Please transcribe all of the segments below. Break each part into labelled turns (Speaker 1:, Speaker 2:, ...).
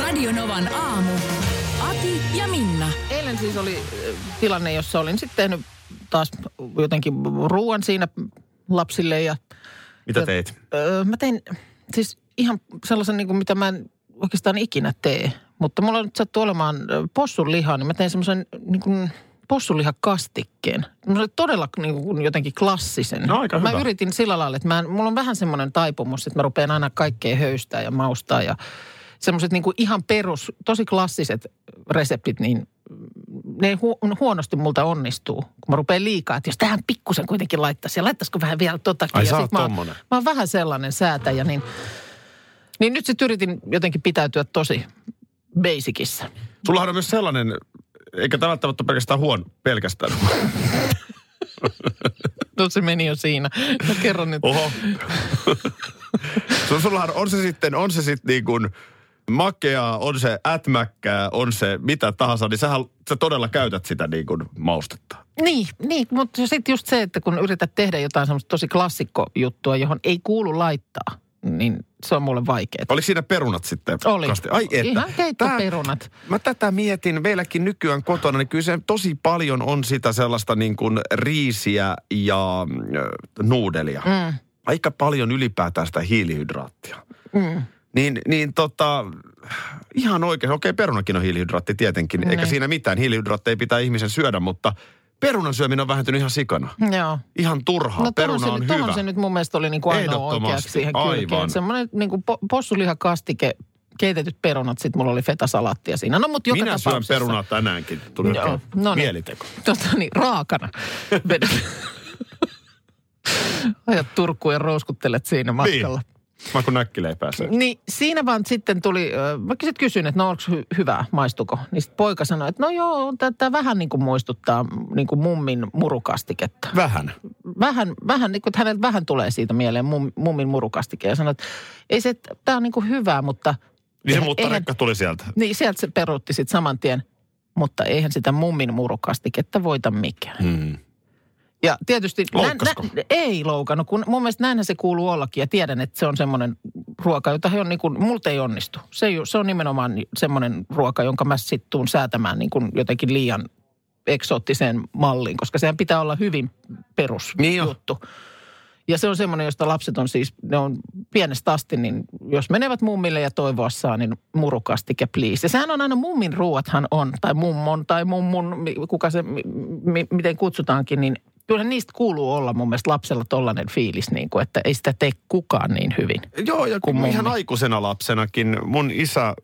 Speaker 1: Radionovan aamu. Ati ja Minna.
Speaker 2: Eilen siis oli äh, tilanne, jossa olin sitten tehnyt taas jotenkin ruoan siinä lapsille ja
Speaker 3: Mitä teit?
Speaker 2: öö, mä tein siis ihan sellaisen, niin kuin, mitä mä en oikeastaan ikinä tee. Mutta mulla on nyt sattu olemaan ö, possunlihaa, niin mä tein semmoisen niin kuin possunlihakastikkeen. Semmoisen todella niin kuin, jotenkin klassisen.
Speaker 3: No, aika
Speaker 2: mä
Speaker 3: hyvä.
Speaker 2: yritin sillä lailla, että mä, en- mulla on vähän semmoinen taipumus, että mä rupean aina kaikkea höystää ja maustaa ja semmoiset niin kuin ihan perus, tosi klassiset reseptit, niin ne hu- huonosti multa onnistuu, kun mä rupean liikaa, että jos tähän pikkusen kuitenkin laittaisi ja laittaisiko vähän vielä totakin.
Speaker 3: Ai
Speaker 2: ja
Speaker 3: sä
Speaker 2: sit
Speaker 3: oot
Speaker 2: mä, oon-
Speaker 3: tommonen.
Speaker 2: mä oon vähän sellainen säätäjä, niin, niin nyt sitten yritin jotenkin pitäytyä tosi basicissa.
Speaker 3: Sullahan on myös sellainen, eikä tämä välttämättä ole pelkästään huono, pelkästään.
Speaker 2: No se meni jo siinä. No kerron nyt.
Speaker 3: Oho. Su- Sullahan on se sitten, on se sitten niin kuin makeaa, on se ätmäkkää, on se mitä tahansa, niin sähän, sä todella käytät sitä niin kuin maustetta.
Speaker 2: Niin, niin mutta sitten just se, että kun yrität tehdä jotain semmoista tosi klassikkojuttua, johon ei kuulu laittaa, niin se on mulle vaikeaa.
Speaker 3: Oliko siinä perunat sitten?
Speaker 2: Oli.
Speaker 3: Kasti? Ai että.
Speaker 2: Ihan
Speaker 3: Tää-
Speaker 2: keittoperunat.
Speaker 3: Mä tätä mietin meilläkin nykyään kotona, niin kyllä se tosi paljon on sitä sellaista niin kuin riisiä ja mm, nuudelia.
Speaker 2: Mm,
Speaker 3: Aika paljon ylipäätään sitä hiilihydraattia.
Speaker 2: mm.
Speaker 3: Niin, niin tota, ihan oikein. Okei, perunakin on hiilihydraatti tietenkin,
Speaker 2: Niin.
Speaker 3: eikä siinä mitään. Hiilihydraatteja pitää ihmisen syödä, mutta perunan syöminen on vähentynyt ihan sikana.
Speaker 2: Joo.
Speaker 3: Ihan turhaa.
Speaker 2: No
Speaker 3: No,
Speaker 2: tohon
Speaker 3: Peruna
Speaker 2: se, nyt-
Speaker 3: on
Speaker 2: tohon
Speaker 3: hyvä.
Speaker 2: se nyt mun mielestä oli niin kuin ainoa
Speaker 3: Ehdottomasti,
Speaker 2: oikeaksi siihen kylkeen.
Speaker 3: aivan.
Speaker 2: Semmoinen niin kuin po- possulihakastike, keitetyt perunat, sitten mulla oli fetasalaattia siinä. No mut joka
Speaker 3: Minä syön
Speaker 2: tapauksessa.
Speaker 3: perunaa tänäänkin. Tuli
Speaker 2: Joo,
Speaker 3: oikein
Speaker 2: no niin.
Speaker 3: mieliteko.
Speaker 2: Tota niin, raakana. Vedät. Ajat Turkuun ja rouskuttelet siinä matkalla. Niin.
Speaker 3: Mä kun näkkileipää syön.
Speaker 2: Niin siinä vaan sitten tuli, ö, mä sitten kysyin, että no onko hy- hyvää, maistuko? Niin sit poika sanoi, että no joo, tämä vähän niin kuin muistuttaa niin kuin mummin murukastiketta
Speaker 3: Vähän.
Speaker 2: vähän, vähän niin kuin, että häneltä vähän tulee siitä mieleen mum, mummin murukastike ja sanoi, että ei se, tämä on niin kuin hyvää, mutta...
Speaker 3: Niin se
Speaker 2: eihän-
Speaker 3: muuttaa
Speaker 2: eihän-
Speaker 3: rekka tuli sieltä.
Speaker 2: Niin, sieltä se peruutti sitten saman tien, mutta eihän sitä mummin murukastiketta voita mikään.
Speaker 3: Hmm.
Speaker 2: Ja tietysti...
Speaker 3: Loukkasko?
Speaker 2: ei loukannut, kun mun mielestä näinhän se kuuluu ollakin ja tiedän, että se on semmoinen ruoka, jota he on niin kuin, multa ei onnistu. Se, ei, oo- se on nimenomaan semmoinen ruoka, jonka mä sitten tuun säätämään niin kuin jotenkin liian eksoottiseen malliin, koska sehän pitää olla hyvin
Speaker 3: Niin jo.
Speaker 2: perusjuttu. ja se on semmoinen, josta lapset on siis, ne on pienestä asti, niin jos menevät mummille ja toivoa saa, niin murukastike please. Ja sehän on aina mummin ruuathan on, tai mummon, tai mummun, mi- kuka se, mi- mi- miten kutsutaankin, niin kyllähän niistä kuuluu olla mun mielestä lapsella tollainen fiilis, niin kuin, että ei sitä tee kukaan niin hyvin.
Speaker 3: Joo, ja kun
Speaker 2: Kun
Speaker 3: ihan
Speaker 2: mummi.
Speaker 3: aikuisena lapsenakin mun isä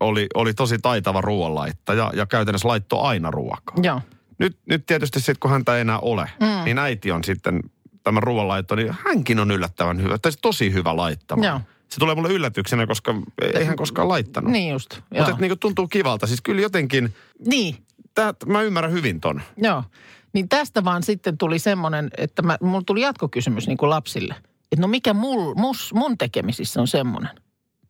Speaker 3: oli, oli tosi taitava ruoanlaittaja ja käytännössä laittoi aina ruokaa.
Speaker 2: Joo.
Speaker 3: Nyt, nyt tietysti sitten, kun häntä ei enää ole, mm. niin äiti on sitten tämä ruoanlaitto, niin hänkin on yllättävän hyvä, tai se tosi hyvä laittama.
Speaker 2: Joo.
Speaker 3: Se tulee mulle yllätyksenä, koska ei hän koskaan laittanut.
Speaker 2: Niin just. Joo.
Speaker 3: Mutta niin tuntuu kivalta. Siis kyllä jotenkin,
Speaker 2: niin.
Speaker 3: tää, mä ymmärrän hyvin ton.
Speaker 2: Joo. Niin tästä vaan sitten tuli semmoinen, että mä, mulla tuli jatkokysymys niin kuin lapsille. Että no mikä mul, mus, mun tekemisissä on semmoinen,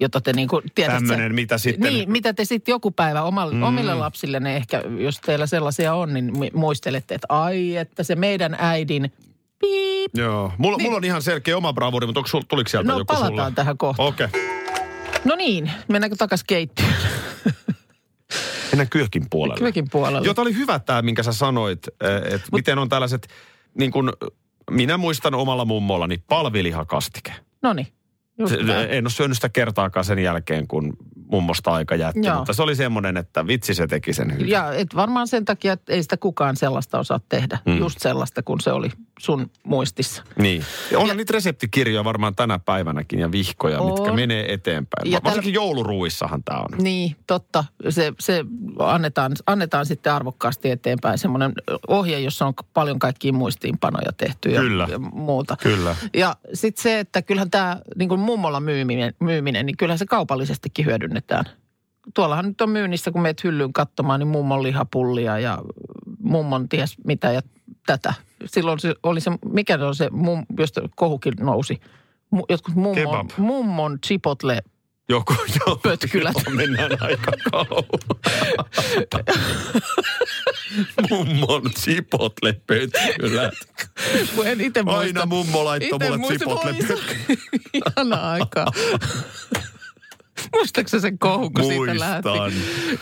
Speaker 2: jota te niin kuin tiedätte.
Speaker 3: Tämmöinen, mitä sitten...
Speaker 2: Niin, mitä te sitten joku päivä omalle, mm. omille lapsille, ne ehkä, jos teillä sellaisia on, niin mu- muistelette, että ai, että se meidän äidin piip.
Speaker 3: Joo. Mulla,
Speaker 2: Niin.
Speaker 3: mulla on ihan selkeä oma bravuri, mutta onko sul, tuliko sieltä
Speaker 2: No
Speaker 3: joku Oh.
Speaker 2: palataan
Speaker 3: sulle?
Speaker 2: tähän kohtaan.
Speaker 3: Okei. Okay.
Speaker 2: No niin, mennäänkö takaisin keittiöön?
Speaker 3: Mennään kyökin puolelle.
Speaker 2: Kyökin puolelle.
Speaker 3: Joo, tää oli hyvä tämä, minkä sä sanoit, että miten on tällaiset, niin kun, minä muistan omalla mummollani palvilihakastike.
Speaker 2: No niin.
Speaker 3: Se- En ole syönyt sitä kertaakaan sen jälkeen, kun mummosta aika jätti,
Speaker 2: Joo.
Speaker 3: mutta se oli semmoinen, että vitsi se teki sen hyvin.
Speaker 2: Ja et varmaan sen takia, että ei sitä kukaan sellaista osaa tehdä. Mm.
Speaker 3: Mm.
Speaker 2: Just sellaista, kun se oli sun muistissa.
Speaker 3: Niin. Ja onhan niitä reseptikirjoja varmaan tänä päivänäkin ja vihkoja,
Speaker 2: On.
Speaker 3: mitkä menee
Speaker 2: Ja
Speaker 3: eteenpäin. Ja Varsinkin jouluruissahan tämä on.
Speaker 2: Niin, totta. Se, se annetaan, annetaan sitten arvokkaasti eteenpäin semmoinen ohje, jossa on paljon kaikkia muistiinpanoja tehty ja,
Speaker 3: Kyllä.
Speaker 2: ja muuta.
Speaker 3: Kyllä.
Speaker 2: Ja sitten se, että kyllähän tämä niin kuin mummolla myyminen, myyminen, niin kyllähän se kaupallisestikin hyödynnetään. Tuollahan nyt on myynnissä, kun meet hyllyyn katsomaan, niin mummon lihapullia ja mummon ties mitä ja tätä. Silloin se oli se, mikä se on se, mum, josta kohukin nousi. Mu- Jotkut mummon,
Speaker 3: Kebab.
Speaker 2: mummon chipotle
Speaker 3: Joku, joo,
Speaker 2: Pötkylät.
Speaker 3: joo, mennään aika kauan. Mummon chipotle pötkylät.
Speaker 2: Kun en itse muista.
Speaker 3: Aina mummo laittoi
Speaker 2: Ite
Speaker 3: mulle
Speaker 2: muista-
Speaker 3: chipotle
Speaker 2: voi iso- Ihana aika. Muistatko sä sen kohu, kun siitä lähti?
Speaker 3: Muistan.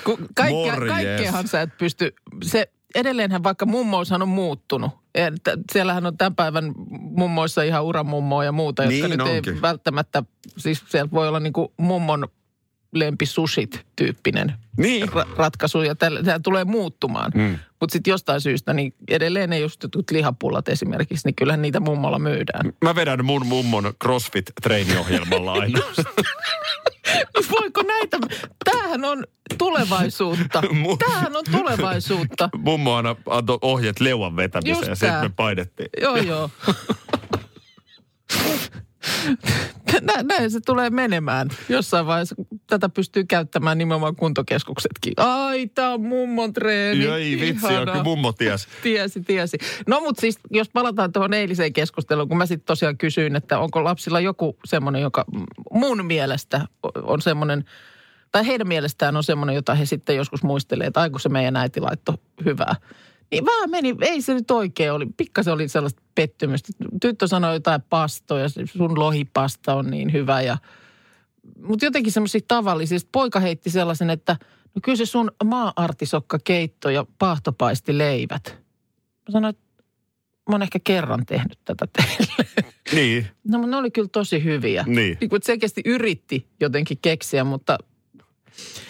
Speaker 2: Kun kaikkea,
Speaker 3: Morjes.
Speaker 2: kaikkeahan sä et pysty, se edelleenhän vaikka mummoushan on muuttunut. Että siellähän on tämän päivän mummoissa ihan uramummoa ja muuta, jotka
Speaker 3: Niin
Speaker 2: nyt ei
Speaker 3: onkin.
Speaker 2: välttämättä, siis siellä voi olla niin kuin mummon lempisusit tyyppinen
Speaker 3: Niin.
Speaker 2: ra- ratkaisu ja tällä- tämä tulee muuttumaan. Mm. Mutta sitten jostain syystä, niin edelleen ne just jotkut lihapullat esimerkiksi, niin kyllähän niitä mummolla myydään.
Speaker 3: Mä vedän mun mummon CrossFit-treeniohjelmalla aina.
Speaker 2: Voiko näitä, tämähän on tulevaisuutta.
Speaker 3: Mu-
Speaker 2: Tämähän on tulevaisuutta.
Speaker 3: Mummo aina antoi ohjeet leuan
Speaker 2: Just
Speaker 3: vetämiseen ja sitten
Speaker 2: tää.
Speaker 3: me painettiin.
Speaker 2: Joo, joo. Nä, näin se tulee menemään. Jossain vaiheessa tätä pystyy käyttämään nimenomaan kuntokeskuksetkin. Ai, tää on mummon treeni.
Speaker 3: Joo, ei vitsi,
Speaker 2: Ihanaa.
Speaker 3: ja kun mummo ties.
Speaker 2: Tiesi, tiesi. No mutta siis, jos palataan tuohon eiliseen keskusteluun, kun mä sitten tosiaan kysyin, että onko lapsilla joku semmoinen, joka mun mielestä on semmoinen, tai heidän mielestään on semmoinen, jota he sitten joskus muistelee, että aiku se meidän äiti laittoi hyvää. Niin vaan meni, ei se nyt oikein oli. Pikkasen oli sellaista pettymystä. Tyttö sanoi jotain pastoja, sun lohipasta on niin hyvä ja mutta jotenkin semmoisia tavallisista. Poika heitti sellaisen, että no kyllä se sun maa-artisokkakeitto ja paahtopaisti leivät. Mä sanoin, että mä oon ehkä kerran tehnyt tätä teille.
Speaker 3: Niin,
Speaker 2: No mutta ne oli kyllä tosi hyviä.
Speaker 3: niin.
Speaker 2: Niin kuin selkeästi yritti jotenkin keksiä, mutta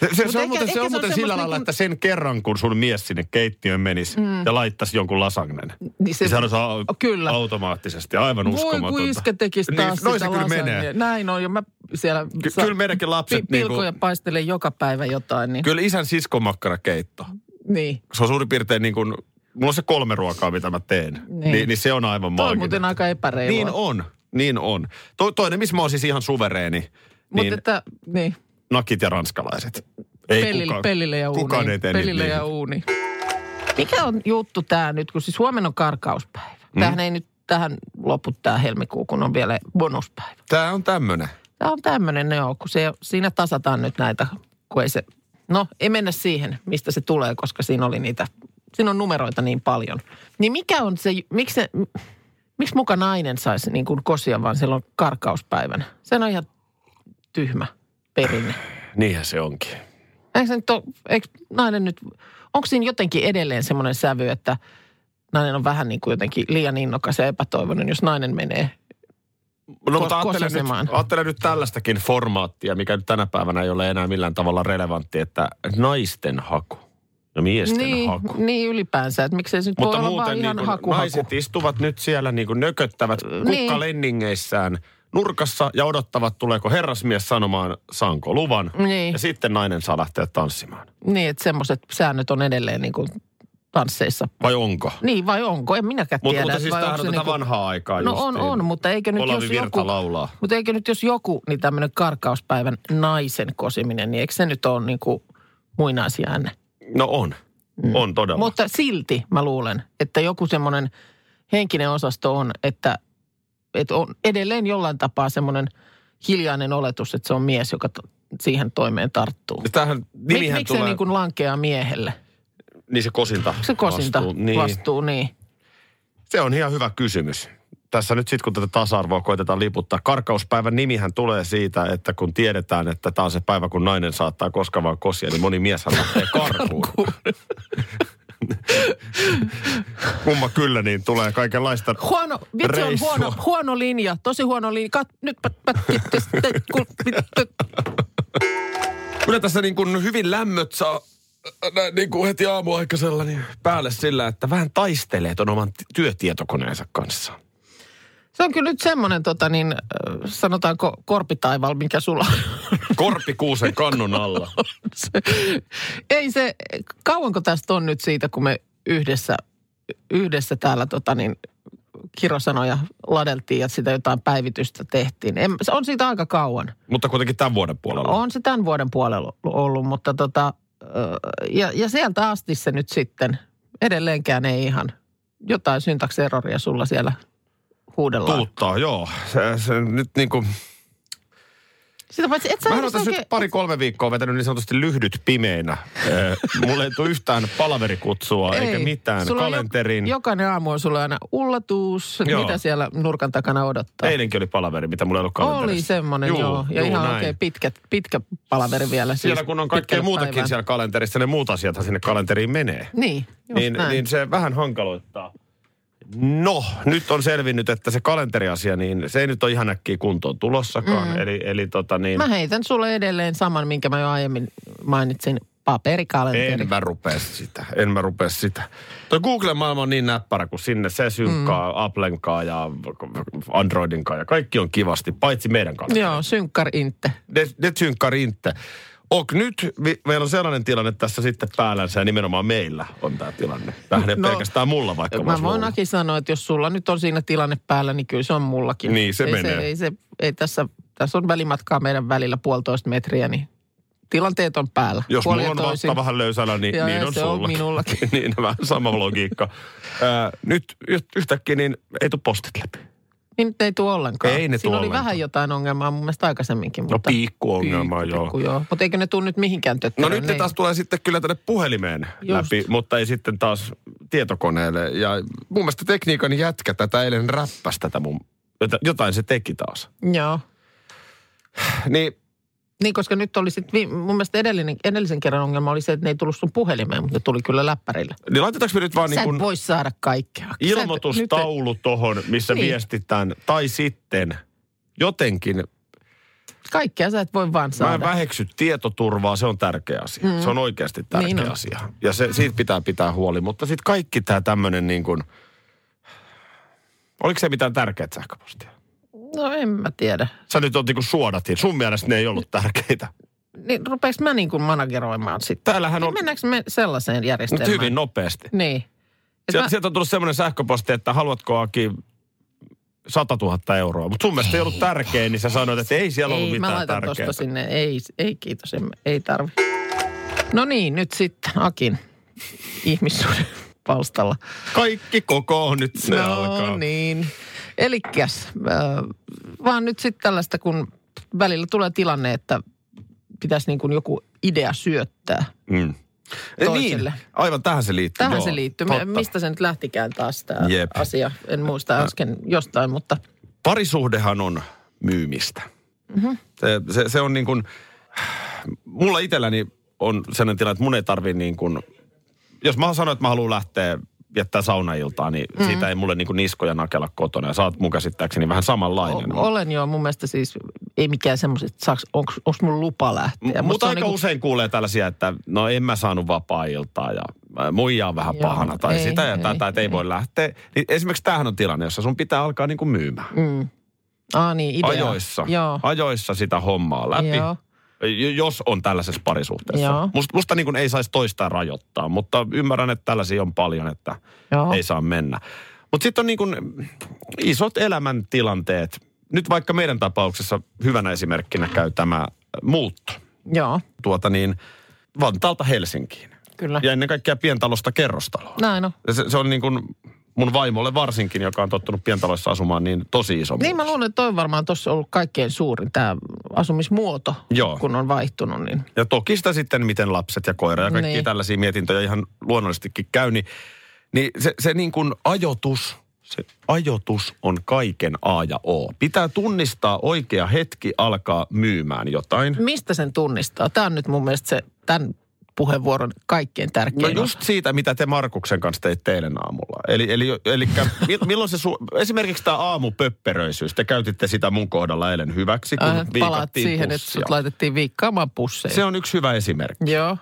Speaker 3: Se, se,
Speaker 2: Mut
Speaker 3: on
Speaker 2: ehkä-
Speaker 3: muuten,
Speaker 2: ehkä
Speaker 3: se
Speaker 2: se on
Speaker 3: on muuten
Speaker 2: semmoista
Speaker 3: sillä lailla,
Speaker 2: niinku-
Speaker 3: että sen kerran, kun sun mies sinne keittiöön menisi
Speaker 2: Mm.
Speaker 3: ja laittaisi jonkun lasagnen,
Speaker 2: niin se...
Speaker 3: niin sehän saa
Speaker 2: Kyllä.
Speaker 3: automaattisesti aivan
Speaker 2: Voi
Speaker 3: uskomatonta.
Speaker 2: kun iskä tekisi
Speaker 3: Niin,
Speaker 2: taas
Speaker 3: noin
Speaker 2: sitä
Speaker 3: se kyllä
Speaker 2: lasagnea.
Speaker 3: menee.
Speaker 2: Näin on, ja mä siellä
Speaker 3: Ky-
Speaker 2: saa-
Speaker 3: kyllä meidänkin lapset,
Speaker 2: pi-
Speaker 3: niin kuin,
Speaker 2: pilkoja paistelen joka päivä jotain. Niin,
Speaker 3: kyllä isän siskomakkarakeitto.
Speaker 2: niin.
Speaker 3: Se on suurin piirtein niin kuin, mulla on se kolme ruokaa, mitä mä teen.
Speaker 2: Niin.
Speaker 3: Niin, niin, se on aivan
Speaker 2: Toi on
Speaker 3: maaginen.
Speaker 2: muuten aika epäreilua.
Speaker 3: Niin on, niin on. To, toinen, missä mä oon siis ihan suvereeni,
Speaker 2: Mutta
Speaker 3: niin
Speaker 2: että, niin.
Speaker 3: nakit ja ranskalaiset. Ei
Speaker 2: Pelille,
Speaker 3: kukaan,
Speaker 2: pelille ja uuni.
Speaker 3: kukaan ei tee niin.
Speaker 2: pelille
Speaker 3: niitä.
Speaker 2: ja uuni. Mikä on juttu tämä nyt, kun siis huomenna on karkauspäivä.
Speaker 3: Mm.
Speaker 2: Tämähän ei nyt tähän lopu tämä helmikuu, kun on vielä bonuspäivä.
Speaker 3: Tää on tämmönen.
Speaker 2: Tämä on tämmöinen joo, kun se, siinä tasataan nyt näitä, kun ei se... No, ei mennä siihen, mistä se tulee, koska siinä oli niitä... Siinä on numeroita niin paljon. Niin mikä on se... Miksi, se, miksi muka nainen saisi niin kuin kosia vaan silloin karkauspäivänä? Se on ihan tyhmä perinne.
Speaker 3: Niinhän se onkin.
Speaker 2: Eikö se nyt ole, eikö nainen nyt, onko siinä jotenkin edelleen semmoinen sävy, että nainen on vähän niin kuin jotenkin liian innokas ja epätoivoinen, jos nainen menee.
Speaker 3: No, mutta
Speaker 2: Ko-
Speaker 3: ajattelen
Speaker 2: kosasemaan.
Speaker 3: nyt, ajattelen nyt tällaistakin formaattia, mikä nyt tänä päivänä ei ole enää millään tavalla relevantti, että naisten haku ja miesten
Speaker 2: niin,
Speaker 3: haku.
Speaker 2: niin ylipäänsä, että miksei se nyt
Speaker 3: Mutta
Speaker 2: voi olla vaan
Speaker 3: muuten
Speaker 2: ihan
Speaker 3: niin
Speaker 2: niin
Speaker 3: kuin
Speaker 2: haku,
Speaker 3: naiset
Speaker 2: haku.
Speaker 3: istuvat nyt siellä niin kuin nököttävät kukkalenningeissään nurkassa ja odottavat, tuleeko herrasmies sanomaan saanko luvan.
Speaker 2: Niin.
Speaker 3: Ja sitten nainen saa lähteä tanssimaan.
Speaker 2: Niin, että semmoiset säännöt on edelleen niin kuin tansseissa.
Speaker 3: Vai onko?
Speaker 2: Niin vai onko? En minäkään
Speaker 3: Mutta
Speaker 2: tiedä.
Speaker 3: mutta
Speaker 2: että
Speaker 3: siis
Speaker 2: vai
Speaker 3: tämähän on
Speaker 2: onko
Speaker 3: tätä
Speaker 2: se
Speaker 3: niinku... vanhaa aikaa
Speaker 2: No
Speaker 3: justiin.
Speaker 2: on, on, mutta eikö nyt
Speaker 3: Olavi
Speaker 2: jos
Speaker 3: Virta
Speaker 2: joku...
Speaker 3: laulaa.
Speaker 2: Mutta eikö nyt jos joku, niin tämmöinen karkauspäivän naisen kosiminen, niin eikö se nyt ole niin kuin muinaisjäänne?
Speaker 3: No on. Mm. On todella.
Speaker 2: Mutta silti mä luulen, että joku semmoinen henkinen osasto on, että, että on edelleen jollain tapaa semmoinen hiljainen oletus, että se on mies, joka to, siihen toimeen tarttuu.
Speaker 3: Ja Tämähän
Speaker 2: Mik,
Speaker 3: nimihän
Speaker 2: miksi
Speaker 3: tulee...
Speaker 2: se niin kuin lankeaa miehelle?
Speaker 3: Niin se kosinta.
Speaker 2: Onko se kosinta vastuu
Speaker 3: vastuu?
Speaker 2: niin? Vastuu, niin.
Speaker 3: Se on ihan hyvä kysymys. Tässä nyt sitten, kun tätä tasa-arvoa koitetaan liputtaa, karkauspäivän nimihän tulee siitä, että kun tiedetään, että tämä on se päivä, kun nainen saattaa koska vaan kosia, niin moni mies lähtee karkuun. Kumma kyllä, niin tulee kaikenlaista.
Speaker 2: Huono, vitsi on
Speaker 3: Reissua.
Speaker 2: huono, huono linja, tosi huono linja. Kat, nyt pät, pät, vittu, sitten, kun- vittu.
Speaker 3: Kyllä tässä niin kuin hyvin lämmöt saa näin, niin kuin heti aamuaikaisella niin päälle sillä, että vähän taistelee ton oman t- työtietokoneensa kanssa.
Speaker 2: Se on kyllä nyt semmoinen, tota, niin, äh, sanotaanko korpitaival, mikä sulla on.
Speaker 3: Korpikuusen kannun alla.
Speaker 2: se, ei se, kauanko tästä on nyt siitä, kun me yhdessä, yhdessä täällä tota, niin, kirosanoja ladeltiin ja sitä jotain päivitystä tehtiin. En, se on siitä aika kauan.
Speaker 3: Mutta kuitenkin tämän vuoden puolella.
Speaker 2: On se tämän vuoden puolella ollut, mutta tota, ö, ja, ja sieltä asti se nyt sitten edelleenkään ei ihan jotain syntakseroria sulla siellä huudellaan.
Speaker 3: Tuuttaa, joo. Se, se, nyt niin kuin,
Speaker 2: Sitä paitsi, et sä
Speaker 3: mä
Speaker 2: edes
Speaker 3: oon tässä
Speaker 2: oikein-
Speaker 3: nyt pari-kolme viikkoa vetänyt niin sanotusti lyhdyt pimeinä. Eh, Mulle ei tule yhtään palaverikutsua
Speaker 2: Ei.
Speaker 3: eikä mitään
Speaker 2: Sulla on
Speaker 3: kalenteriin.
Speaker 2: Jo, jokainen aamu on sulla aina ullatuus,
Speaker 3: Joo.
Speaker 2: mitä siellä nurkan takana odottaa.
Speaker 3: Eilenkin oli palaveri, mitä mulla ei ollut kalenterissa.
Speaker 2: Oli semmoinen, joo,
Speaker 3: Juu,
Speaker 2: joo. Ja
Speaker 3: juu,
Speaker 2: ihan
Speaker 3: näin.
Speaker 2: oikein pitkä, pitkä palaveri vielä. Siis
Speaker 3: Siellä kun on kaikkea
Speaker 2: pitkälle
Speaker 3: muutakin
Speaker 2: päivään.
Speaker 3: siellä kalenterissa, ne muut asiat sinne kalenteriin menee.
Speaker 2: Niin, just
Speaker 3: Niin,
Speaker 2: näin.
Speaker 3: niin se vähän hankaloittaa. No, nyt on selvinnyt, että se kalenteriasia, niin se ei nyt ole ihan äkkiä kuntoon tulossakaan. Mm. Eli, eli tota niin,
Speaker 2: Mä heitän sulle edelleen saman, minkä mä jo aiemmin mainitsin, paperikalenteri.
Speaker 3: en mä rupea sitä, en mä rupea sitä. Toi Google-maailma on niin näppärä, kun sinne se synkkaa mm. Applenkaan ja Androidinkaan ja kaikki on kivasti, paitsi meidän kanssa.
Speaker 2: Joo, synkkarintte.
Speaker 3: ne, ne synkkar inte. Ok, nyt vi, meillä on sellainen tilanne tässä sitten päällänsä ja nimenomaan meillä on tämä tilanne. Tähän ei
Speaker 2: No,
Speaker 3: no, pelkästään mulla vaikka
Speaker 2: Mä
Speaker 3: vois
Speaker 2: voin
Speaker 3: luulla.
Speaker 2: Aki sanoa, että jos sulla nyt on siinä tilanne päällä, niin kyllä se on mullakin.
Speaker 3: Niin, se
Speaker 2: ei
Speaker 3: menee.
Speaker 2: Se, ei se, ei tässä, tässä on välimatkaa meidän välillä puolitoista metriä, niin tilanteet on päällä.
Speaker 3: Jos
Speaker 2: Puolin
Speaker 3: mulla on
Speaker 2: ja toisin.
Speaker 3: vatta vähän löysänä, niin,
Speaker 2: Joo,
Speaker 3: niin
Speaker 2: ja
Speaker 3: on
Speaker 2: se on
Speaker 3: sulla.
Speaker 2: minullakin.
Speaker 3: niin, vähän sama logiikka. Ö, nyt y- yhtäkkiä niin ei tule postit läpi.
Speaker 2: Niin nyt ei tule ollenkaan.
Speaker 3: Ei ne tuu
Speaker 2: Siinä oli
Speaker 3: ollenkaan.
Speaker 2: vähän jotain ongelmaa mun mielestä aikaisemminkin.
Speaker 3: No
Speaker 2: Mutta
Speaker 3: piikkuongelma,
Speaker 2: Piikku,
Speaker 3: joo.
Speaker 2: pikku, joo. Mutta eikö ne tule nyt mihinkään
Speaker 3: No
Speaker 2: tötteröön? Niin.
Speaker 3: nyt ne taas tulee sitten kyllä tänne puhelimeen
Speaker 2: Just.
Speaker 3: läpi, mutta ei sitten taas tietokoneelle. Ja mun mielestä tekniikan jätkä tätä eilen räppäsi tätä mun, jota- jotain se teki taas.
Speaker 2: Joo.
Speaker 3: Niin
Speaker 2: Niin, koska nyt oli sitten, mun mielestä edellinen, edellisen kerran ongelma oli se, että ne ei tullut sun puhelimeen, mutta ne tuli kyllä läppärillä.
Speaker 3: Niin laitetaanko me nyt vaan
Speaker 2: Sä
Speaker 3: niin
Speaker 2: et
Speaker 3: kuin
Speaker 2: voi saada kaikkea. Sä et- nyt-
Speaker 3: ilmoitustaulu tohon, missä
Speaker 2: Niin.
Speaker 3: niin. viestitään, tai sitten jotenkin,
Speaker 2: Kaikkea sä et voi vaan
Speaker 3: mä en
Speaker 2: saada.
Speaker 3: väheksy tietoturvaa, se on tärkeä asia. Mm. Se on oikeasti tärkeä
Speaker 2: Niin on.
Speaker 3: niin asia. Ja se, siitä pitää pitää huoli, mutta sitten kaikki tämä tämmöinen niin kuin, oliko se mitään tärkeät sähköpostia?
Speaker 2: No en mä tiedä.
Speaker 3: Sä nyt on niin kuin suodatin, sun mielestä ne ei ollut tärkeitä.
Speaker 2: Niin rupeeks mä niin kuin manageroimaan sitten?
Speaker 3: Täällähän on,
Speaker 2: Mennäänkö me sellaiseen
Speaker 3: nyt
Speaker 2: järjestelmään?
Speaker 3: No- hyvin nopeasti.
Speaker 2: Niin. Et
Speaker 3: Sieltä,
Speaker 2: mä-
Speaker 3: sieltä on tullut semmoinen sähköposti, että haluatko Aki 100 000 euroa. Mutta sun mielestä ei ollut tärkeä, niin sä sanoit, että ei siellä ollut
Speaker 2: ei, mä
Speaker 3: mitään
Speaker 2: laitan
Speaker 3: tärkeää.
Speaker 2: tosta sinne. Ei, ei kiitos, en, ei tarvi. No niin, nyt sitten Akin ihmissuuden palstalla.
Speaker 3: Kaikki koko nyt se
Speaker 2: no
Speaker 3: alkaa.
Speaker 2: niin. Elikkäs, äh, vaan nyt sitten tällaista, kun välillä tulee tilanne, että pitäisi niin kuin joku idea syöttää.
Speaker 3: Mm. Eh,
Speaker 2: Toiselle.
Speaker 3: Niin, aivan tähän se liittyy.
Speaker 2: Tähän
Speaker 3: joo,
Speaker 2: se liittyy. Me-
Speaker 3: Totta.
Speaker 2: Mistä se nyt lähtikään taas tämä
Speaker 3: Jep.
Speaker 2: asia? En muista äsken jostain, mutta
Speaker 3: Parisuhdehan on myymistä.
Speaker 2: Mhm.
Speaker 3: Mm-hmm. Se, se, se on niin kuin, mulla itselläni on sellainen tilanne, että mun ei tarvi niin kuin, jos mä sanon, että mä haluan lähteä viettää saunailtaa, niin
Speaker 2: Mhm.
Speaker 3: mm-hmm. siitä ei mulle niin kuin niskoja nakella kotona. Ja sä oot mun käsittääkseni vähän samanlainen.
Speaker 2: o- olen jo mun mielestä siis, ei mikään semmoiset, onko mun lupa lähteä.
Speaker 3: M-
Speaker 2: Musta
Speaker 3: Mutta
Speaker 2: on
Speaker 3: aika
Speaker 2: niinku-
Speaker 3: usein kuulee tällaisia, että no en mä saanut vapaa-iltaa ja ä, muija on vähän
Speaker 2: Joo,
Speaker 3: Joo, pahana tai
Speaker 2: ei,
Speaker 3: ei, sitä ja
Speaker 2: ei,
Speaker 3: tätä, että ei voi lähteä. Niin esimerkiksi tämähän on tilanne, jossa sun pitää alkaa niin kuin myymään.
Speaker 2: Ah niin, idea.
Speaker 3: Ajoissa.
Speaker 2: Joo.
Speaker 3: Ajoissa sitä hommaa läpi.
Speaker 2: Joo.
Speaker 3: J- Jos on tällaisessa parisuhteessa.
Speaker 2: Joo.
Speaker 3: Musta, musta niin kuin ei saisi toista rajoittaa, mutta ymmärrän, että tällaisia on paljon, että
Speaker 2: Joo.
Speaker 3: ei saa mennä. Mutta sitten on niin kuin isot elämäntilanteet. Nyt vaikka meidän tapauksessa hyvänä esimerkkinä käy tämä muutto
Speaker 2: Joo,
Speaker 3: tuota niin Vantaalta Helsinkiin.
Speaker 2: kyllä.
Speaker 3: Ja ennen kaikkea pientalosta kerrostaloon.
Speaker 2: Näin on.
Speaker 3: Ja Se, se on niin kuin mun vaimolle varsinkin, joka on tottunut pientaloissa asumaan, niin tosi iso
Speaker 2: Niin mä
Speaker 3: muutos.
Speaker 2: luulen, että toi on varmaan tuossa ollut kaikkein suurin tämä asumismuoto,
Speaker 3: Joo.
Speaker 2: kun on vaihtunut. Niin.
Speaker 3: Ja toki sitä sitten, miten lapset ja koira ja kaikki
Speaker 2: Niin.
Speaker 3: niin. tällaisia mietintöjä ihan luonnollisestikin käy, niin, niin se, se niin kuin ajotus, se ajotus on kaiken A ja O. Pitää tunnistaa oikea hetki alkaa myymään jotain.
Speaker 2: Mistä sen tunnistaa? Tämä on nyt mun mielestä se tämän puheenvuoron kaikkein
Speaker 3: No
Speaker 2: tärkein.
Speaker 3: just siitä, mitä te Markuksen kanssa teitte eilen aamulla. Eli, eli, eli milloin se, su- esimerkiksi tämä aamupöpperöisyys, te käytitte sitä mun kohdalla eilen hyväksi, kun
Speaker 2: Äh,
Speaker 3: äh,
Speaker 2: Palaat siihen,
Speaker 3: viikattiin
Speaker 2: että
Speaker 3: pussia.
Speaker 2: sut laitettiin viikkaamaan pusseja.
Speaker 3: Se on yksi hyvä esimerkki.
Speaker 2: Joo,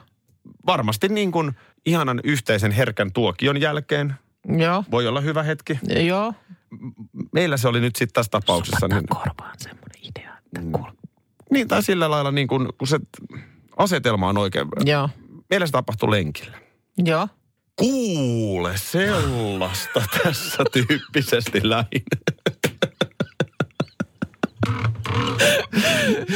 Speaker 3: varmasti niin kuin ihanan yhteisen herkän tuokion jälkeen
Speaker 2: Joo,
Speaker 3: voi olla hyvä hetki.
Speaker 2: joo.
Speaker 3: Meillä se oli nyt sitten tässä tapauksessa.
Speaker 2: Sopataan
Speaker 3: Niin,
Speaker 2: korvaan semmoinen idea, että kuule.
Speaker 3: niin tai sillä lailla niin kuin, kun se asetelma on oikein.
Speaker 2: Joo,
Speaker 3: Meillä se tapahtui lenkillä.
Speaker 2: joo.
Speaker 3: Kuule, sellaista tässä tyyppisesti lähin.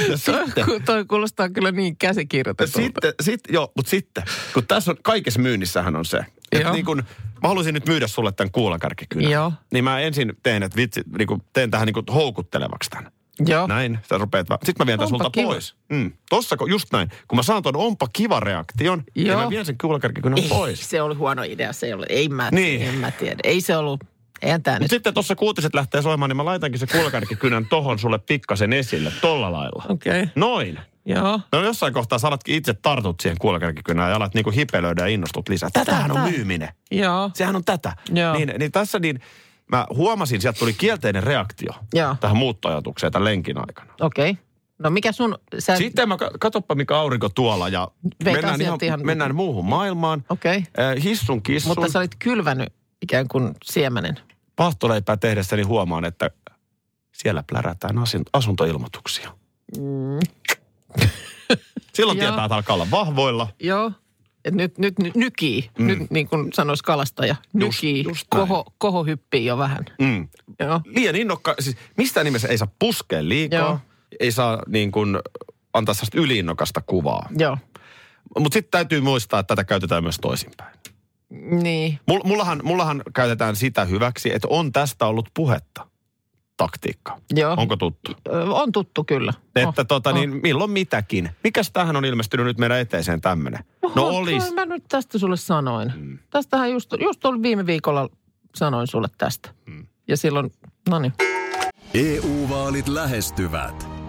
Speaker 3: Ja sitten,
Speaker 2: Toi, toi kuulostaa kyllä niin käsikirjoitetulta.
Speaker 3: sitten, sit, joo, mutta sitten, kun tässä on, kaikessa myynnissähän on se, että
Speaker 2: Joo.
Speaker 3: niin kun, mä haluaisin nyt myydä sulle tämän kuulakärkikynän.
Speaker 2: Joo.
Speaker 3: Niin mä ensin teen, että vitsi, niin kun, teen tähän niin kun, houkuttelevaksi tämän.
Speaker 2: Joo,
Speaker 3: Näin, sä rupeat vaan. Sitten mä vien tän
Speaker 2: Onpa
Speaker 3: sulta
Speaker 2: kiva.
Speaker 3: pois. Mm. Tossa, kun- just näin. Kun mä saan ton onpa kiva reaktion,
Speaker 2: Joo.
Speaker 3: niin mä vien sen kuulakärkikynän
Speaker 2: ei,
Speaker 3: pois.
Speaker 2: se oli huono idea, se ei ollut. Ei mä,
Speaker 3: Niin.
Speaker 2: en mä tiedä. Ei se ollut, eihän tää
Speaker 3: Mut
Speaker 2: nyt.
Speaker 3: sitten tuossa kuutiset lähtee soimaan, niin mä laitankin se kuulakärkikynän tohon sulle pikkasen esille, tolla lailla.
Speaker 2: Okei, okay.
Speaker 3: Noin.
Speaker 2: joo.
Speaker 3: No jossain kohtaa sä alatkin itse tartut siihen kuulakärkikynään ja alat niinku hipelöidä ja innostut lisää. Tätähän on
Speaker 2: Tätä.
Speaker 3: myyminen.
Speaker 2: Joo.
Speaker 3: Sehän on tätä.
Speaker 2: Joo.
Speaker 3: Niin, niin tässä niin, mä huomasin, sieltä tuli kielteinen reaktio
Speaker 2: Joo.
Speaker 3: tähän muuttoajatukseen tämän lenkin aikana.
Speaker 2: Okei. Okay. No mikä sun, sä,
Speaker 3: Sitten mä, ka- katoppa mikä aurinko tuolla ja
Speaker 2: Veit
Speaker 3: mennään,
Speaker 2: asiat
Speaker 3: ihan,
Speaker 2: ihan-
Speaker 3: mennään muuhun maailmaan.
Speaker 2: okei. Okay.
Speaker 3: Äh, Hissun kissun.
Speaker 2: Mutta sä olit kylvänyt ikään kuin siemenen.
Speaker 3: pahtoleipää tehdessäni huomaan, että siellä plärätään asin- asuntoilmoituksia.
Speaker 2: Mm.
Speaker 3: Silloin
Speaker 2: Joo.
Speaker 3: tietää, että alkaa olla vahvoilla.
Speaker 2: Joo. Et nyt, nyt ny- nykii, mm. nyt niin kuin sanoisi kalastaja,
Speaker 3: Just-
Speaker 2: nykii,
Speaker 3: just näin.
Speaker 2: koho, koho hyppii jo vähän.
Speaker 3: Mm.
Speaker 2: Joo.
Speaker 3: Liian innokka, siis mistään nimessä ei saa puskea liikaa.
Speaker 2: Joo.
Speaker 3: Ei saa niin kuin antaa sellaista yliinnokasta kuvaa.
Speaker 2: Joo.
Speaker 3: Mutta sitten täytyy muistaa, että tätä käytetään myös toisinpäin.
Speaker 2: Niin.
Speaker 3: Mul- Mullahan, mullahan käytetään sitä hyväksi, että on tästä ollut puhetta. Taktiikka.
Speaker 2: Joo.
Speaker 3: Onko tuttu?
Speaker 2: Ö, On tuttu kyllä.
Speaker 3: Että
Speaker 2: Oh,
Speaker 3: tota
Speaker 2: oh.
Speaker 3: niin, milloin mitäkin. Mikäs tähän on ilmestynyt nyt meidän eteiseen tämmönen? No
Speaker 2: Oho,
Speaker 3: olis.
Speaker 2: kyllä Mä nyt tästä sulle sanoin. Mm. Tästähän just, just oli viime viikolla sanoin sulle tästä. Mm. Ja silloin, no niin.
Speaker 4: EU-vaalit E lähestyvät.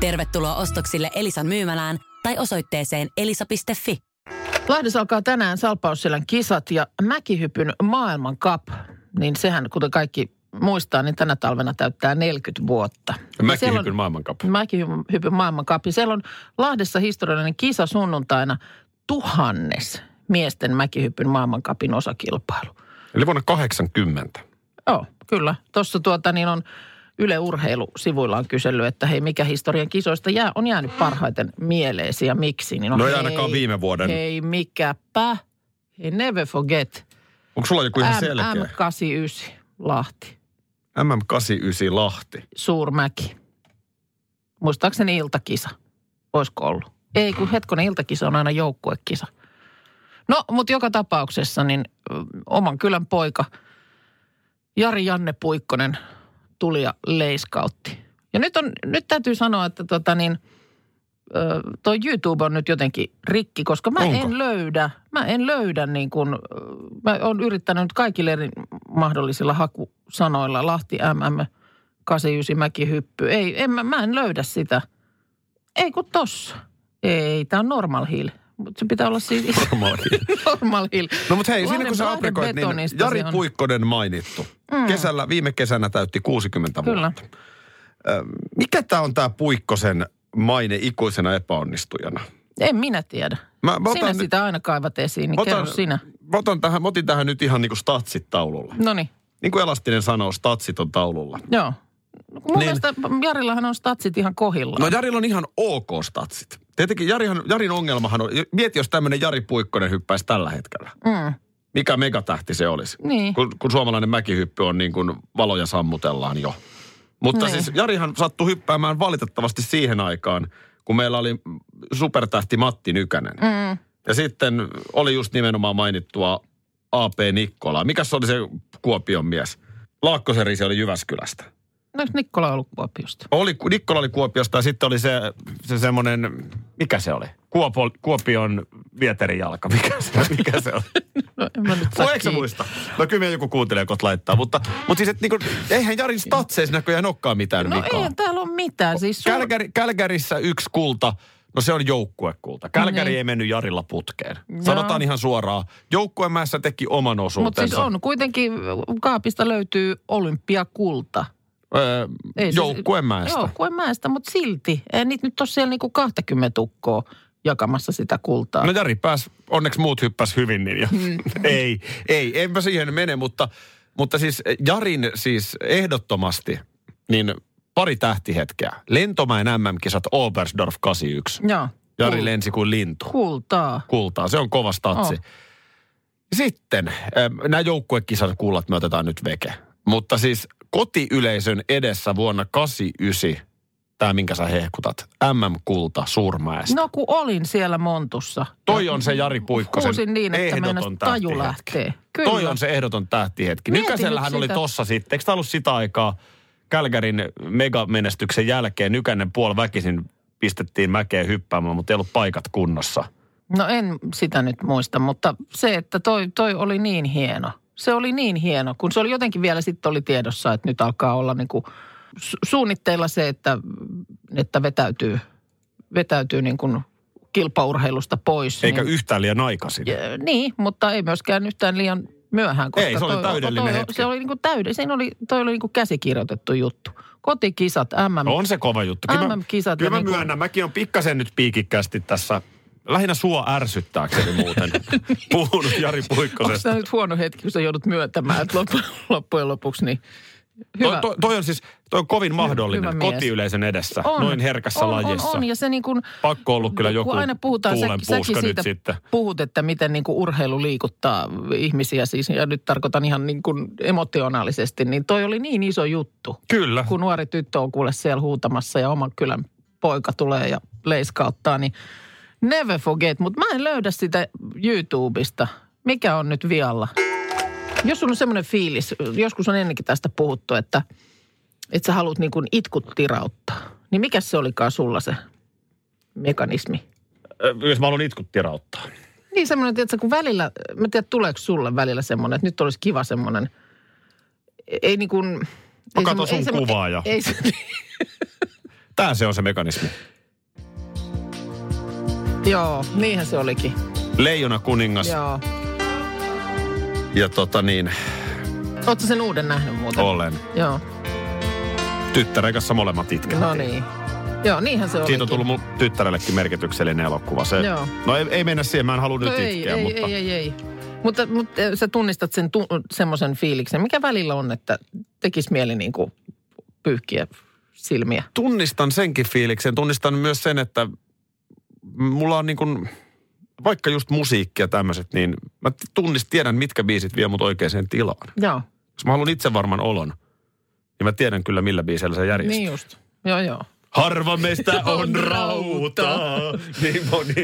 Speaker 5: Tervetuloa ostoksille Elisan myymälään tai osoitteeseen elisa.fi.
Speaker 2: Lahdessa alkaa tänään Salpausselän kisat ja mäkihypyn maailman cup. Niin sehän, kuten kaikki muistaa, niin tänä talvena täyttää 40 vuotta. Ja siellä on-
Speaker 3: Mäkihypyn maailmankapu.
Speaker 2: Mäkihypyn maailmankapi. Siellä on Lahdessa historiallinen kisa sunnuntaina tuhannes miesten mäkihypyn maailmankapin osakilpailu.
Speaker 3: Eli vuonna 80.
Speaker 2: Joo, kyllä. Tuossa tuota niin on Yle Urheilusivuilla on kysellyt, että hei, mikä historian kisoista jää, on jäänyt parhaiten mieleesi ja miksi. Niin
Speaker 3: No ei ainakaan viime vuoden.
Speaker 2: Hei, mikäpä. Hei, never forget.
Speaker 3: Onko sulla joku ihan selkeä?
Speaker 2: M, M89 Lahti,
Speaker 3: MM89 Lahti.
Speaker 2: Suurmäki. Muistaakseni iltakisa. Olisiko ollut? Ei, kun hetkonen iltakisa on aina joukkuekisa. No, mutta joka tapauksessa niin ö, oman kylän poika Jari Janne Puikkonen tuli ja leiskautti. Ja nyt, on, nyt täytyy sanoa, että tota niin, ö, toi YouTube on nyt jotenkin rikki, koska mä
Speaker 3: Onko?
Speaker 2: en löydä, mä en löydä niin kuin, ö, mä oon yrittänyt nyt kaikille eri mahdollisilla hakusanoilla Lahti MM 89 mäkihyppy. Ei, en, mä, mä en löydä sitä. Ei kun tossa. Ei, tää on normal hill. Mutta se pitää olla siis
Speaker 3: Normal hill.
Speaker 2: normal hill.
Speaker 3: No mutta hei, siinä
Speaker 2: Lahden-
Speaker 3: kun sä
Speaker 2: Lahden
Speaker 3: aprikoit, niin
Speaker 2: betonista se
Speaker 3: Jari
Speaker 2: on.
Speaker 3: Puikkonen mainittu. Mm. Kesällä, viime kesänä täytti 60
Speaker 2: Kyllä.
Speaker 3: vuotta. Ö, mikä tämä on tämä Puikkosen maine ikuisena epäonnistujana?
Speaker 2: En minä tiedä.
Speaker 3: Mä, mä
Speaker 2: sinä
Speaker 3: otan, nyt-
Speaker 2: sitä aina kaivat esiin, niin kerro sinä.
Speaker 3: mä otan tähän, mä otin tähän nyt ihan niin kuin statsit taululla.
Speaker 2: No niin,
Speaker 3: Niin kuin Elastinen sanoo, statsit on taululla.
Speaker 2: joo. No, kun Mun
Speaker 3: Niin.
Speaker 2: mielestä Jarillahan on statsit ihan kohillaan.
Speaker 3: No Jarilla on ihan ok statsit. Tietenkin Jarihan, Jarin ongelmahan on, mieti jos tämmöinen Jari Puikkonen hyppäisi tällä hetkellä.
Speaker 2: Mm.
Speaker 3: Mikä megatähti se olisi?
Speaker 2: Niin.
Speaker 3: Kun, kun suomalainen mäkihyppy on niin kuin valoja sammutellaan jo. Mutta
Speaker 2: Niin.
Speaker 3: niin. siis Jarihan sattui hyppäämään valitettavasti siihen aikaan, kun meillä oli supertähti Matti Nykänen.
Speaker 2: Mm.
Speaker 3: Ja sitten oli just nimenomaan mainittua AP Nikkola. Mikäs se oli se Kuopion mies? Laakkosen Risi oli Jyväskylästä.
Speaker 2: No, Nikkola on ollut Kuopiosta.
Speaker 3: Oli, Nikkola oli Kuopiosta ja sitten oli se, se semmoinen, mikä se oli? Kuopo, Kuopion vieterijalka, mikä se, mikä se oli?
Speaker 2: No, en mä nyt saa
Speaker 3: Voi eikö sä
Speaker 2: kiinni.
Speaker 3: muista? No kyllä meidän joku kuuntelee, kun laittaa, mutta, mutta siis et niinku, eihän Jarin statseissa näköjään olekaan mitään
Speaker 2: No
Speaker 3: vikaa.
Speaker 2: ei täällä ole mitään. Siis sun...
Speaker 3: Kälkäri, Kälkärissä yksi kulta, no se on joukkuekulta. Kälkäri
Speaker 2: Niin.
Speaker 3: ei mennyt Jarilla putkeen.
Speaker 2: Joo.
Speaker 3: Sanotaan ihan suoraan. Joukkuemäessä teki oman
Speaker 2: Mutta
Speaker 3: osuutensa.
Speaker 2: siis on kuitenkin, kaapista löytyy olympiakulta.
Speaker 3: Öö,
Speaker 2: Ei
Speaker 3: joukkuemäestä.
Speaker 2: Siis, joukkuemäestä, mutta silti. Ei niitä nyt ole siellä niinku 20 tukkoa jakamassa sitä kultaa.
Speaker 3: No Jari pääs, onneksi muut hyppäs hyvin, niin ja,
Speaker 2: Mm.
Speaker 3: ei, ei, enpä siihen mene, mutta, mutta siis Jarin siis ehdottomasti, niin pari tähtihetkeä. Lentomäen MM-kisat Obersdorf 81.
Speaker 2: Joo, Mm.
Speaker 3: Jari lensi kuin lintu.
Speaker 2: kultaa.
Speaker 3: Kultaa, se on kova statsi.
Speaker 2: Oh.
Speaker 3: Sitten, äm, nämä joukkuekisan kuulat me otetaan nyt veke. Mutta siis kotiyleisön edessä vuonna 89, tämä minkä sä hehkutat, MM-kulta Suurmäestä.
Speaker 2: No kun olin siellä Montussa.
Speaker 3: Toi on se Jari Puikkosen
Speaker 2: Kuusin niin, että meinas
Speaker 3: ehdoton
Speaker 2: taju
Speaker 3: tähtihetki.
Speaker 2: lähtee. Kyllä.
Speaker 3: Kyllä. Toi on se ehdoton tähtihetki.
Speaker 2: Mietin
Speaker 3: Nykäsellähän
Speaker 2: nyt
Speaker 3: oli
Speaker 2: sitä.
Speaker 3: tossa sitten. Eikö tämä ollut sitä aikaa Kälkärin megamenestyksen jälkeen? Nykänen puoliväkisin pistettiin mäkeen hyppäämään, mutta ei ollut paikat kunnossa.
Speaker 2: No en sitä nyt muista, mutta se, että toi, toi oli niin hieno. Se oli niin hieno, kun se oli jotenkin vielä sitten oli tiedossa, että nyt alkaa olla niinku su- suunnitteilla se, että, että vetäytyy, vetäytyy niin kuin kilpaurheilusta pois.
Speaker 3: Eikä
Speaker 2: niin,
Speaker 3: yhtään liian aikaisin.
Speaker 2: Ja, niin, mutta ei myöskään yhtään liian myöhään. Koska
Speaker 3: Ei, se oli
Speaker 2: toi,
Speaker 3: täydellinen
Speaker 2: toi,
Speaker 3: hetki.
Speaker 2: Se oli niin kuin täydellinen. Siinä oli, toi oli niin kuin käsikirjoitettu juttu. Kotikisat, MM.
Speaker 3: No on se kova juttu. Kyllä mä,
Speaker 2: MM-kisat
Speaker 3: kyllä
Speaker 2: ja
Speaker 3: mä
Speaker 2: niinku-
Speaker 3: myönnän, mäkin on pikkasen nyt piikikkästi tässä. Lähinnä sua ärsyttääkseni muuten puhunut Jari
Speaker 2: Onko
Speaker 3: Puikkosesta.
Speaker 2: tämä nyt huono hetki, kun sä joudut myöntämään, että loppu- loppujen lopuksi niin hyvä.
Speaker 3: Toi, toi, toi on siis, toi on kovin mahdollinen
Speaker 2: hyvä mies.
Speaker 3: kotiyleisön edessä,
Speaker 2: On.
Speaker 3: noin herkässä
Speaker 2: on,
Speaker 3: lajissa.
Speaker 2: On, on, ja se niin kuin,
Speaker 3: Pakko ollut kyllä joku
Speaker 2: kun aina puhutaan, sä,
Speaker 3: tuulenpuuska
Speaker 2: säkin
Speaker 3: nyt
Speaker 2: siitä
Speaker 3: sitten.
Speaker 2: puhut, että miten niin kuin urheilu liikuttaa ihmisiä siis, ja nyt tarkoitan ihan niin kuin emotionaalisesti, niin toi oli niin iso juttu,
Speaker 3: Kyllä.
Speaker 2: kun nuori tyttö on kuule siellä huutamassa ja oman kylän poika tulee ja leiskauttaa, niin never forget, mutta mä en löydä sitä YouTubesta. Mikä on nyt vialla? Jos sulla on semmoinen fiilis, joskus on ennenkin tästä puhuttu, että, että sä haluat niin kuin itkut tirauttaa, niin mikä se olikaan sulla se mekanismi?
Speaker 3: Ö, Jos mä haluan itkut tirauttaa.
Speaker 2: Niin semmoinen, että kun välillä, mä en tiedä tuleeko sulle välillä semmoinen, että nyt olisi kiva semmoinen, ei niin kuin...
Speaker 3: Mä katon sun kuvaa ja-
Speaker 2: Ei, se-
Speaker 3: Tää se on se mekanismi.
Speaker 2: joo, niinhän se olikin.
Speaker 3: Leijona kuningas ja,
Speaker 2: Joo.
Speaker 3: ja tota niin,
Speaker 2: Oletko sen uuden nähnyt muuten?
Speaker 3: olen.
Speaker 2: Joo,
Speaker 3: Tyttären kanssa molemmat itkevät.
Speaker 2: no niin. Joo, niinhän se
Speaker 3: Siitä
Speaker 2: olikin.
Speaker 3: on tullut mun tyttärellekin merkityksellinen elokuva. Se,
Speaker 2: Joo.
Speaker 3: no ei, ei mennä siihen, mä en halua nyt
Speaker 2: no ei,
Speaker 3: itkeä,
Speaker 2: ei,
Speaker 3: mutta...
Speaker 2: ei, ei, ei. Mutta, mutta eh, sä tunnistat sen tu- semmoisen fiiliksen, mikä välillä on, että tekisi mieli niin kuin pyyhkiä silmiä.
Speaker 3: tunnistan senkin fiiliksen. Tunnistan myös sen, että mulla on niin kuin, vaikka just musiikki ja tämmöiset, niin mä tunnist, tiedän, mitkä biisit vie mut oikeaan tilaan.
Speaker 2: Joo,
Speaker 3: Jos mä haluan itse varman olon, niin mä tiedän kyllä, millä biisellä se järjestää.
Speaker 2: niin just. Joo, joo.
Speaker 3: Harva meistä on
Speaker 2: On
Speaker 3: rauta. niin moni.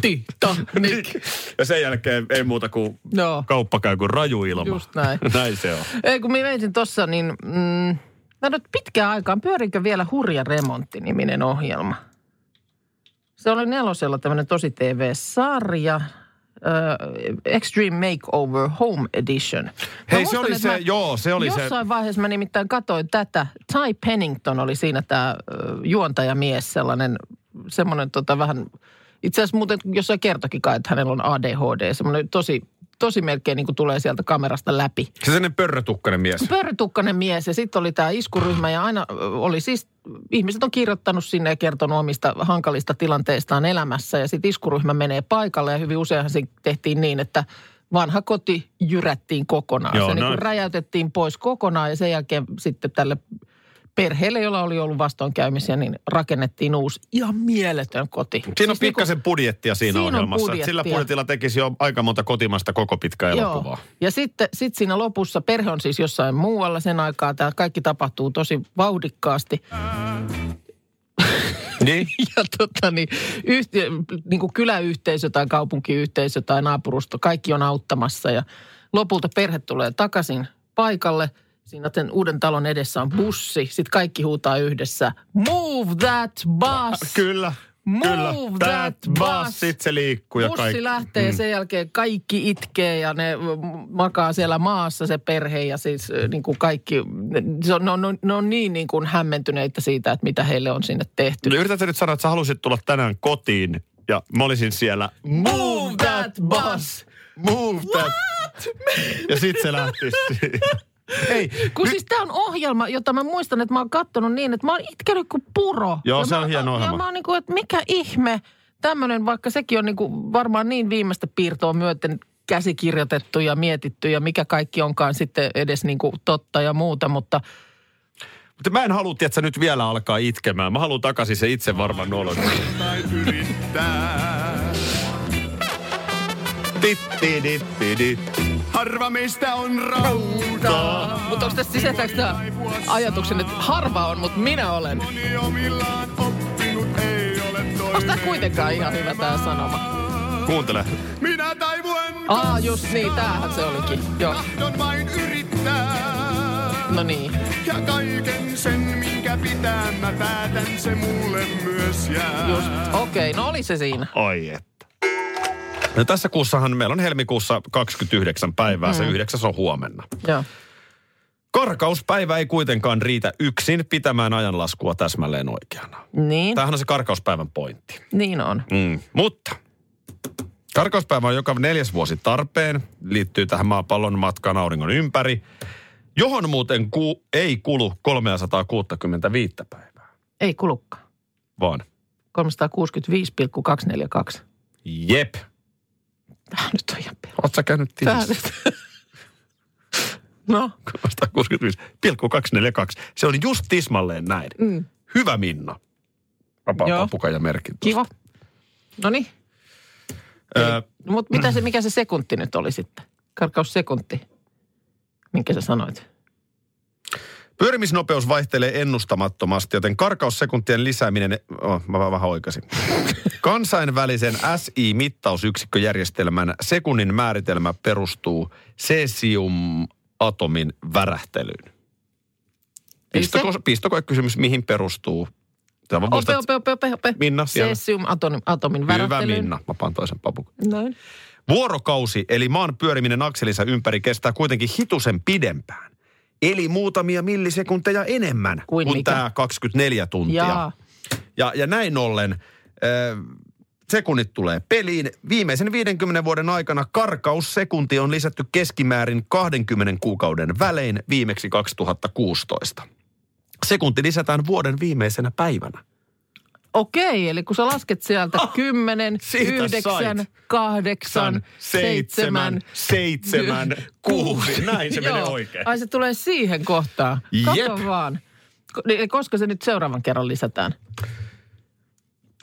Speaker 2: Titanic.
Speaker 3: Ja sen jälkeen ei muuta kuin
Speaker 2: Joo.
Speaker 3: kauppa käy kuin raju ilma.
Speaker 2: Just näin.
Speaker 3: näin se on.
Speaker 2: Ei kun mä mietin tossa, niin mm, mä nyt pitkään aikaan, pyörikö vielä Hurja remontti-niminen ohjelma? Se oli nelosella tämmöinen tosi TV-sarja, ö, Extreme Makeover Home Edition. Mä
Speaker 3: Hei, se
Speaker 2: muistan,
Speaker 3: oli
Speaker 2: että
Speaker 3: se,
Speaker 2: mä-
Speaker 3: joo, se oli se.
Speaker 2: Jossain vaiheessa mä nimittäin katsoin tätä. Ty Pennington oli siinä tämä juontajamies, sellainen, semmoinen tota vähän, itse asiassa muuten jossain kertokin kai, että hänellä on ADHD, semmoinen tosi, tosi melkein niin kuin tulee sieltä kamerasta läpi.
Speaker 3: Se sellainen pörrötukkainen mies.
Speaker 2: Siis Pörrytukkainen mies ja sitten oli tämä iskuryhmä ja aina ö, oli siis, ihmiset on kirjoittanut sinne ja kertonut omista hankalista tilanteistaan elämässä ja sitten iskuryhmä menee paikalle ja hyvin useinhan se tehtiin niin, että vanha koti jyrättiin kokonaan.
Speaker 3: Joo,
Speaker 2: se niin
Speaker 3: no-
Speaker 2: kuin räjäytettiin pois kokonaan ja sen jälkeen sitten tälle perheelle, jolla oli ollut vastoinkäymisiä, niin rakennettiin uusi ihan mieletön koti.
Speaker 3: Siinä on
Speaker 2: Siis niinku-
Speaker 3: pikkasen budjettia siinä,
Speaker 2: Siinä on
Speaker 3: ohjelmassa. että Sillä
Speaker 2: budjettia.
Speaker 3: budjetilla tekisi jo aika monta kotimasta koko pitkää elokuvaa.
Speaker 2: Ja sitten sit siinä lopussa, perhe on siis jossain muualla sen aikaa, tämä kaikki tapahtuu tosi vauhdikkaasti.
Speaker 3: Niin?
Speaker 2: Ja tota niin, yhtiö, niin kuin kyläyhteisö tai kaupunkiyhteisö tai naapurusto, kaikki on auttamassa ja lopulta perhe tulee takaisin paikalle. Siinä sen uuden talon edessä on bussi, sitten kaikki huutaa yhdessä, move that bus!
Speaker 3: Kyllä.
Speaker 2: Move
Speaker 3: kyllä.
Speaker 2: that bus.
Speaker 3: Sitten se liikkuu ja
Speaker 2: Bussi
Speaker 3: kaikki. Mm.
Speaker 2: lähtee ja sen jälkeen kaikki itkee ja ne mm, makaa siellä maassa se perhe ja siis äh, niin kuin kaikki, ne, se on, ne, on, ne on niin, niin kuin hämmentyneitä siitä, että mitä heille on sinne tehty.
Speaker 3: No Yritätkö nyt sanoa, että sä halusit tulla tänään kotiin ja mä olisin siellä.
Speaker 2: Move that bus!
Speaker 3: Move that. Ja sit se lähti. Ei,
Speaker 2: Kun siis tämä on ohjelma, jota mä muistan, että mä oon kattonut niin, että mä oon itkenyt kuin puro.
Speaker 3: Joo,
Speaker 2: ja
Speaker 3: se
Speaker 2: mä,
Speaker 3: on hieno ohjelma.
Speaker 2: Ja mä oon niin kuin, että mikä ihme tämmöinen, vaikka sekin on niin kuin varmaan niin viimeistä piirtoa myöten käsikirjoitettu ja mietitty ja mikä kaikki onkaan sitten edes niin kuin totta ja muuta, mutta
Speaker 3: Mutta mä en halua, että sä nyt vielä alkaa itkemään. Mä haluan takaisin se itse varman olon. Titti, ditti, di.
Speaker 6: Harva meistä on rautaa.
Speaker 2: Mutta onko tässä sisältääkö tämä ajatuksen, että harva on, mutta minä olen?
Speaker 6: Moni omillaan oppinut ei ole
Speaker 2: Onko tämä
Speaker 6: toinen.
Speaker 2: kuitenkaan ihan hyvä tämä sanoma?
Speaker 3: Kuuntele.
Speaker 6: Minä taivuen,
Speaker 2: Aa, just niin, tämähän se olikin. Joo,
Speaker 6: tahdon vain yrittää.
Speaker 2: no niin.
Speaker 6: Ja kaiken sen, minkä pitää, mä päätän se mulle myös jää.
Speaker 2: Just, okei, no oli se siinä.
Speaker 3: Ai että. No tässä kuussahan meillä on helmikuussa 29 päivää, mm. se yhdeksäs on huomenna.
Speaker 2: Joo.
Speaker 3: Karkauspäivä ei kuitenkaan riitä yksin pitämään ajanlaskua täsmälleen oikeana.
Speaker 2: Niin,
Speaker 3: Tämähän on se karkauspäivän pointti.
Speaker 2: niin on.
Speaker 3: Mm. Mutta karkauspäivä on joka neljäs vuosi tarpeen, liittyy tähän maapallon matkaan auringon ympäri, johon muuten ku, ei kulu 365 päivää,
Speaker 2: Ei kulukkaan.
Speaker 3: vaan
Speaker 2: 365,242.
Speaker 3: jep.
Speaker 2: Tämä nyt on ihan per...
Speaker 3: Oot sä käynyt
Speaker 2: Tää
Speaker 3: tilissä?
Speaker 2: nyt- No,
Speaker 3: 365,242. Se on just tismalleen näin.
Speaker 2: mm,
Speaker 3: Hyvä Minna. Vapaa
Speaker 2: Joo.
Speaker 3: papukaija merkki.
Speaker 2: kiva. No niin.
Speaker 3: Öö,
Speaker 2: No, mutta mitä se, mikä se sekunti nyt oli sitten? Karkaussekunti, minkä sä sanoit.
Speaker 3: pyörimisnopeus vaihtelee ennustamattomasti, joten karkaussekuntien lisääminen... Oh, mä vähän oikasin. Kansainvälisen SI-mittausyksikköjärjestelmän sekunnin määritelmä perustuu cesiumatomin värähtelyyn.
Speaker 2: Eli se-
Speaker 3: Pistoko, pistokoekysymys, mihin perustuu? Tämä
Speaker 2: Ope,
Speaker 3: muistat,
Speaker 2: ope, ope, ope, ope.
Speaker 3: Minna siellä.
Speaker 2: Cesium-atomin atomin
Speaker 3: Hyvä
Speaker 2: värähtelyyn.
Speaker 3: Minna. Mä paan toisen papukan.
Speaker 2: Noin.
Speaker 3: Vuorokausi, eli maan pyöriminen akselinsa ympäri, kestää kuitenkin hitusen pidempään. Eli muutamia millisekunteja enemmän kuin,
Speaker 2: Kuin
Speaker 3: kuin
Speaker 2: mikä?
Speaker 3: tämä 24 tuntia.
Speaker 2: Jaa.
Speaker 3: Ja, ja näin ollen ö, sekunnit tulee peliin. Viimeisen 50 vuoden aikana karkaussekunti on lisätty keskimäärin 20 kuukauden välein, viimeksi 2016. Sekunti lisätään vuoden viimeisenä päivänä.
Speaker 2: Okei, eli kun sä lasket sieltä
Speaker 3: Ah,
Speaker 2: 10,
Speaker 3: siitä
Speaker 2: 9,
Speaker 3: sait.
Speaker 2: 8, 7,
Speaker 3: seitsemän, kuusi. Näin se menee oikein.
Speaker 2: Ai se tulee siihen kohtaan. Kato
Speaker 3: Jep.
Speaker 2: vaan. Ko- niin, Koska se nyt seuraavan kerran lisätään? Koska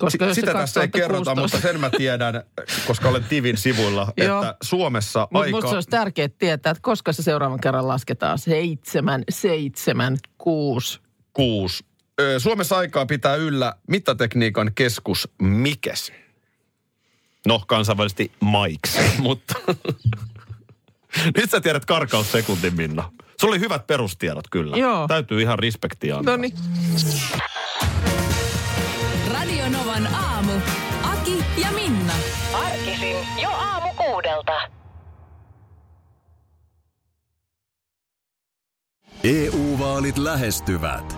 Speaker 3: No Si-
Speaker 2: jos se
Speaker 3: Sitä tässä ei
Speaker 2: 2016
Speaker 3: kerrota, mutta sen mä tiedän, koska olen Tivin sivuilla,
Speaker 2: Joo.
Speaker 3: että Suomessa
Speaker 2: Mutta
Speaker 3: aika...
Speaker 2: musta se olisi tärkeää tietää, että koska se seuraavan kerran lasketaan. Seitsemän, seitsemän, kuusi.
Speaker 3: kuusi. Ö, Suomessa aikaa pitää yllä mittatekniikan keskus Mikes. No, kansainvälisesti Maiks, mutta... Nyt sä tiedät karkaussekuntin, Minna. Sulla oli hyvät perustiedot kyllä.
Speaker 2: Joo.
Speaker 3: Täytyy ihan respektia antaa.
Speaker 2: No niin.
Speaker 1: Radio Novan aamu. Aki ja Minna.
Speaker 5: Arkisin jo aamu kuudelta.
Speaker 4: EU-vaalit E lähestyvät.